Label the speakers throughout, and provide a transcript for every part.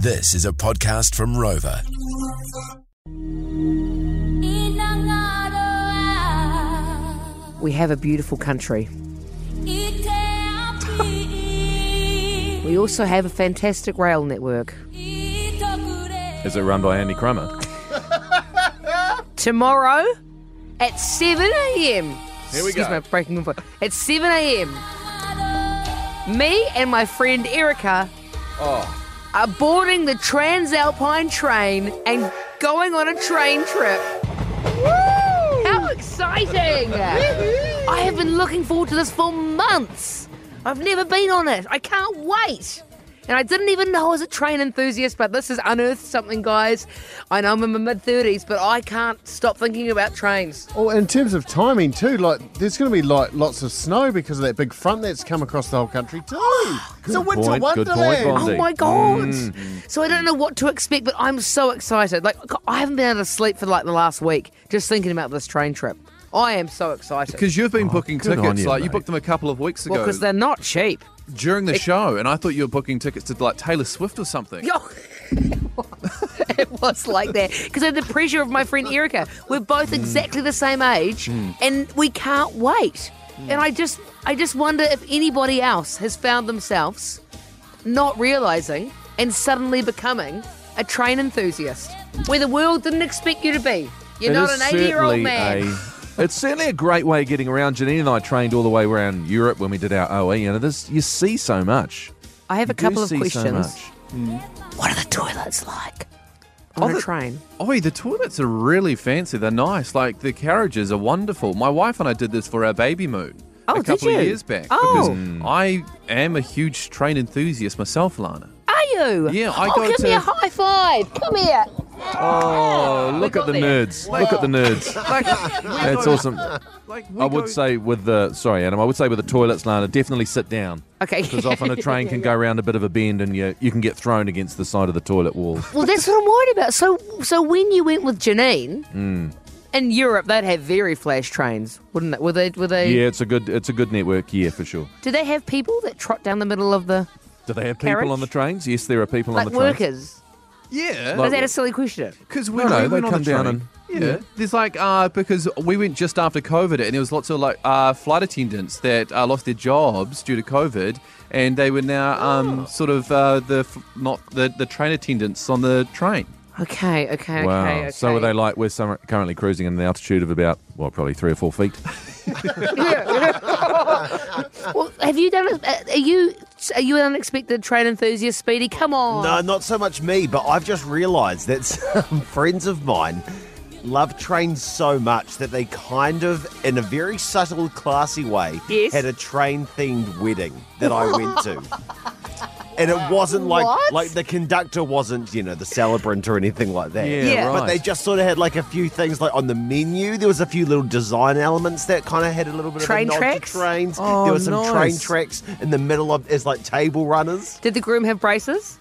Speaker 1: This is a podcast from Rover.
Speaker 2: We have a beautiful country. We also have a fantastic rail network.
Speaker 3: Is it run by Andy Crummer?
Speaker 2: Tomorrow at 7 a.m.
Speaker 3: Here we
Speaker 2: Excuse
Speaker 3: go.
Speaker 2: my breaking info. At 7 a.m. Me and my friend Erica
Speaker 3: Oh.
Speaker 2: are boarding the Transalpine train and going on a train trip. How exciting! I have been looking forward to this for months. I've never been on it. I can't wait. And I didn't even know I was a train enthusiast, but this has unearthed something, guys. I know I'm in my mid 30s, but I can't stop thinking about trains.
Speaker 4: Well, in terms of timing too, like there's going to be like lots of snow because of that big front that's come across the whole country too. it's a winter
Speaker 3: point, good point, Mm.
Speaker 4: wonderland.
Speaker 3: Bondi.
Speaker 2: Oh
Speaker 3: Indeed.
Speaker 2: my god! So I don't know what to expect, but I'm so excited. Like I haven't been able to sleep for like the last week just thinking about this train trip. I am so excited.
Speaker 5: Because you've been booking
Speaker 3: Oh, good on
Speaker 5: tickets,
Speaker 3: you,
Speaker 5: like you
Speaker 3: mate.
Speaker 5: booked them a couple of weeks
Speaker 2: Well,
Speaker 5: ago
Speaker 2: because they're not cheap.
Speaker 5: during the show, and I thought you were booking tickets to like Taylor Swift or something.
Speaker 2: Yo. it was like that because I had the pressure of my friend Erica. We're both
Speaker 3: Mm.
Speaker 2: exactly the same age, and we can't wait.
Speaker 3: Mm.
Speaker 2: And I just, I just wonder if anybody else has found themselves not realizing and suddenly becoming a train enthusiast, where the world didn't expect you to be. You're
Speaker 3: It
Speaker 2: not
Speaker 3: is
Speaker 2: an 80 year old
Speaker 3: certainly
Speaker 2: man.
Speaker 3: a- it's certainly a great way of getting around. Janine and I trained all the way around Europe when we did our OE, and this you see so much.
Speaker 2: I have a
Speaker 3: You do
Speaker 2: couple of
Speaker 3: see so
Speaker 2: questions.
Speaker 3: much.
Speaker 2: what are the toilets like on a
Speaker 5: the-
Speaker 2: train?
Speaker 5: Oi, the toilets are really fancy. They're nice. Like the carriages are wonderful. My wife and I did this for our baby moon
Speaker 2: Oh,
Speaker 5: a
Speaker 2: did
Speaker 5: couple
Speaker 2: you?
Speaker 5: of years back.
Speaker 2: Oh.
Speaker 3: Mm.
Speaker 5: Because I am a huge train enthusiast myself, Lana.
Speaker 2: Are you?
Speaker 5: Yeah, I
Speaker 2: oh,
Speaker 5: go
Speaker 2: give me
Speaker 5: to-
Speaker 2: a high five. Come here.
Speaker 3: Oh, look
Speaker 2: We
Speaker 3: at the
Speaker 2: got there.
Speaker 3: nerds! Look at the nerds! That's awesome.
Speaker 5: Like
Speaker 3: I would say with the sorry, Adam. I would say with the toilets, Lana, definitely sit down
Speaker 2: Okay.
Speaker 3: because often a train can go around a bit of a bend, and you you can get thrown against the side of the toilet wall.
Speaker 2: Well, that's what I'm worried about. So, so when you went with Janine
Speaker 3: Hmm.
Speaker 2: in Europe, they'd have very flash trains, wouldn't they? Were they? Were they?
Speaker 3: Yeah, it's a good it's a good network. Yeah, for sure.
Speaker 2: Do they have people that trot down the middle of the
Speaker 3: Do they have people
Speaker 2: Carriage?
Speaker 3: on the trains? Yes, there are people
Speaker 2: like
Speaker 3: on the trains.
Speaker 2: workers?
Speaker 5: yeah.
Speaker 2: Is that a silly question?
Speaker 5: Because
Speaker 3: No,
Speaker 5: when
Speaker 3: no,
Speaker 5: we
Speaker 3: they
Speaker 5: went on
Speaker 3: come
Speaker 5: the
Speaker 3: down
Speaker 5: train, yeah, there's like uh, because we went just after COVID, and there was lots of like uh, flight attendants that uh, lost their jobs due to COVID, and they were now
Speaker 3: Oh.
Speaker 5: um, sort of uh, the f- not the, the train attendants on the train.
Speaker 2: Okay, okay,
Speaker 3: wow.
Speaker 2: okay, okay.
Speaker 3: So are they like we're somewhere- currently cruising at an altitude of about well, probably three or four feet.
Speaker 2: Well, have you done? it- uh, Are you? Are you an unexpected train enthusiast, Speedy? Come on.
Speaker 6: No, not so much me, but I've just realised that some friends of mine love trains so much that they kind of, in a very subtle, classy way,
Speaker 2: Yes.
Speaker 6: had a train themed wedding that I went to. And it wasn't like
Speaker 2: What?
Speaker 6: like the conductor wasn't, you know, the celebrant or anything like that.
Speaker 5: Yeah,
Speaker 2: Yeah.
Speaker 5: right.
Speaker 6: But they just sort of had like a few things like on the menu. There was a few little design elements that kind of had a little bit
Speaker 2: Train
Speaker 6: of a nod
Speaker 2: tracks?
Speaker 6: to trains.
Speaker 3: Oh,
Speaker 6: there were some train
Speaker 3: nice.
Speaker 6: tracks in the middle of as like table runners.
Speaker 2: Did the groom have braces?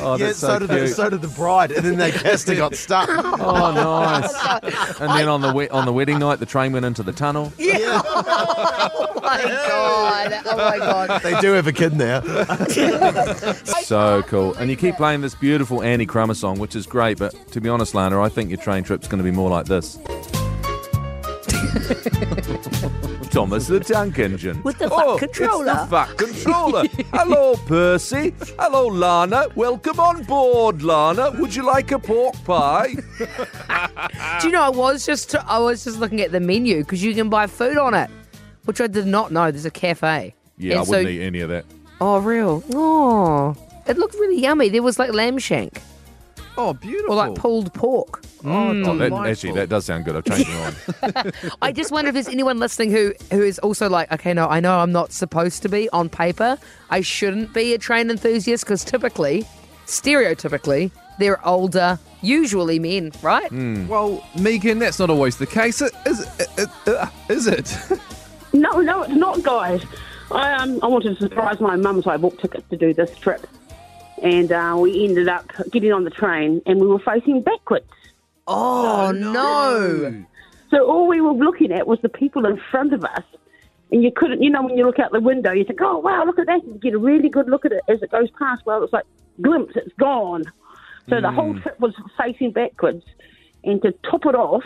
Speaker 3: Oh,
Speaker 6: yeah,
Speaker 3: that's
Speaker 6: so,
Speaker 3: so,
Speaker 6: did
Speaker 3: cute.
Speaker 6: the, so did the bride, and then they kissed and got stuck.
Speaker 3: oh, nice. and then on the we- on the wedding night, the train went into the tunnel.
Speaker 2: Oh my god! Oh my god!
Speaker 6: they do have a kid now.
Speaker 3: So Oh, cool. And you keep playing this beautiful Annie Crummer song, which is great. But to be honest, Lana, I think your train trip's going to be more like this. Thomas the Tank Engine. Oh,
Speaker 2: With the fuck controller.
Speaker 3: It's the fuck controller. Hello, Percy. Hello, Lana. Welcome on board, Lana. Would you like a pork pie?
Speaker 2: Do you know? I was just I was just looking at the menu because you can buy food on it, which I did not know. There's a cafe. And so-
Speaker 3: any of that.
Speaker 2: Oh, real? Oh, it looked really yummy. There was like lamb shank
Speaker 5: Oh, beautiful!
Speaker 2: or like pulled pork. Hmm.
Speaker 3: Oh, that,
Speaker 5: delightful.
Speaker 3: actually, that does sound good. I've changed my mind.
Speaker 2: I just wonder if there's anyone listening who who is also like, okay, no, I know I'm not supposed to be on paper. I shouldn't be a train enthusiast because typically, stereotypically, they're older, usually men, right?
Speaker 5: well, Megan, that's not always the case, is it? Is it? Is it?
Speaker 7: No, no, it's not, guys. I um, I wanted to surprise my mum, so I bought tickets to do this trip, and uh, we ended up getting on the train, and we were facing backwards.
Speaker 2: Oh no.
Speaker 7: So all we were looking at was the people in front of us, and you couldn't, you know, when you look out the window, you think, oh, wow, look at that. You get a really good look at it as it goes past. Well, it's like, glimpse, it's gone. So the whole trip was facing backwards. And to top it off,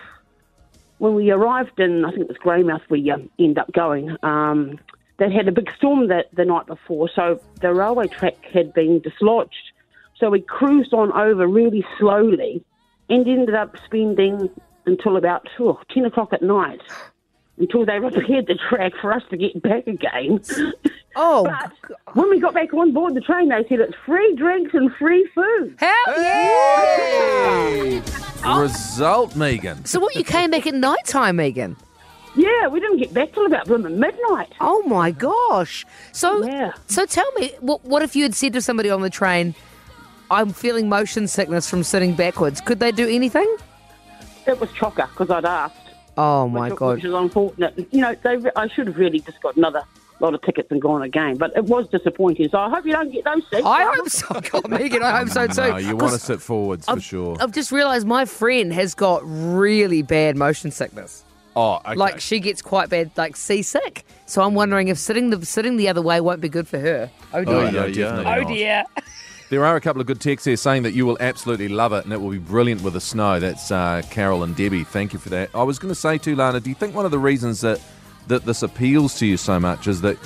Speaker 7: when we arrived in, I think it was Greymouth, we uh, end up going. Um, they had a big storm that the night before, so the railway track had been dislodged. So we cruised on over really slowly, and ended up spending until about oh, ten o'clock at night until they repaired the track for us to get back again.
Speaker 2: Oh,
Speaker 7: But when we got back on board the train, they said it's free drinks and free food.
Speaker 2: hell yeah!
Speaker 3: Result, Megan.
Speaker 2: So what? You came back at night time, Megan?
Speaker 7: Yeah, we didn't get back till about blooming midnight.
Speaker 2: Oh my gosh! So,
Speaker 7: Yeah.
Speaker 2: so tell me, what, what if you had said to somebody on the train, "I'm feeling motion sickness from sitting backwards"? Could they do anything?
Speaker 7: It was chocker because I'd asked.
Speaker 2: Oh my
Speaker 7: which,
Speaker 2: god!
Speaker 7: which is unfortunate. You know, they, I should have really just got another lot of tickets and gone again, but it was disappointing. So I hope you don't get those seats.
Speaker 2: I hope so, God, Megan. I hope so too.
Speaker 3: No, you want to
Speaker 2: 'Cause
Speaker 3: sit forwards for sure.
Speaker 2: I've just realised my friend has got really bad motion sickness.
Speaker 3: Oh, okay.
Speaker 2: Like she gets quite bad, like seasick. So I'm wondering if sitting the sitting the other way won't be good for her. Oh dear.
Speaker 3: Oh,
Speaker 5: yeah,
Speaker 3: no,
Speaker 5: yeah.
Speaker 3: definitely
Speaker 2: Oh
Speaker 3: not.
Speaker 2: dear.
Speaker 3: There are a couple of good texts here saying that you will absolutely love it and it will be brilliant with the snow. That's uh, Carol and Debbie. Thank you for that. I was going to say too, Lana, do you think one of the reasons that, that this appeals to you so much is that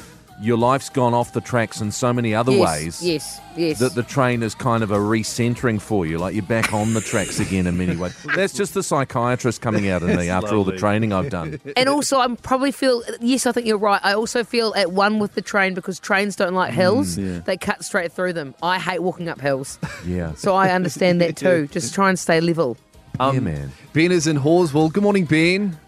Speaker 3: your life's gone off the tracks in so many other
Speaker 2: yes,
Speaker 3: ways
Speaker 2: Yes, yes.
Speaker 3: that the train is kind of a recentering for you? Like you're back on the tracks again in many ways. That's just the psychiatrist coming out in me after all the training I've done.
Speaker 2: and also, I'm probably feel yes, I think you're right. I also feel at one with the train because trains don't
Speaker 3: Mm,
Speaker 2: like hills; they cut straight through them. I hate walking up hills,
Speaker 3: Yeah.
Speaker 2: so um, I understand that too. Just try and stay level.
Speaker 3: yeah, man.
Speaker 5: Ben is in Horswell. Good morning, Ben.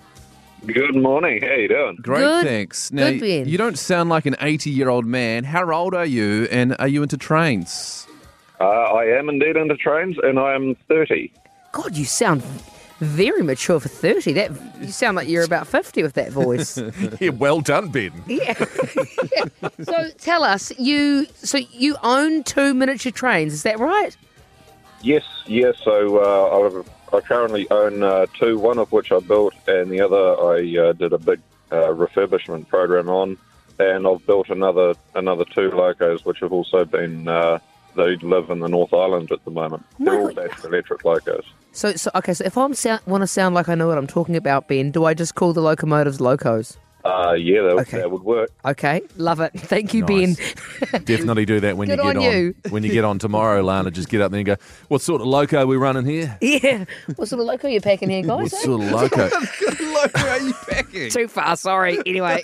Speaker 8: Good morning. How you doing?
Speaker 5: Great,
Speaker 2: Good-
Speaker 5: thanks.
Speaker 2: good, Ben.
Speaker 5: you don't sound like an 80 year old man. How old are you, and are you into trains?
Speaker 8: Uh, I am indeed into trains, and I am 30.
Speaker 2: God, you sound very mature for thirty. That you sound like you're about fifty with that voice.
Speaker 3: Yeah, well done, Ben.
Speaker 2: yeah. So tell us, you so you own two miniature trains? Is that right?
Speaker 8: Yes, yes. So uh, I, I currently own uh, two, one of which I built, and the other I uh, did a big uh, refurbishment program on. And I've built another another two locos, which have also been uh, they live in the North Island at the moment. They're all
Speaker 2: Right.
Speaker 8: dashed electric locos.
Speaker 2: So, so okay. So if I sound, want to sound like I know what I'm talking about, Ben, do I just call the locomotives locos?
Speaker 8: Uh, yeah, that,
Speaker 2: Okay.
Speaker 8: that would work.
Speaker 2: Okay, love it. Thank you,
Speaker 3: Nice.
Speaker 2: Ben.
Speaker 3: Definitely do that when you
Speaker 2: Good
Speaker 3: get on.
Speaker 2: on you.
Speaker 3: When you get on tomorrow, Lana, just get up there and go, What sort of loco are we running here?
Speaker 2: Yeah. What sort of loco you packing here,
Speaker 3: What
Speaker 2: guys? eh?
Speaker 3: sort of loco?
Speaker 5: Good luck. Are you packing?
Speaker 2: Too far. Sorry. Anyway.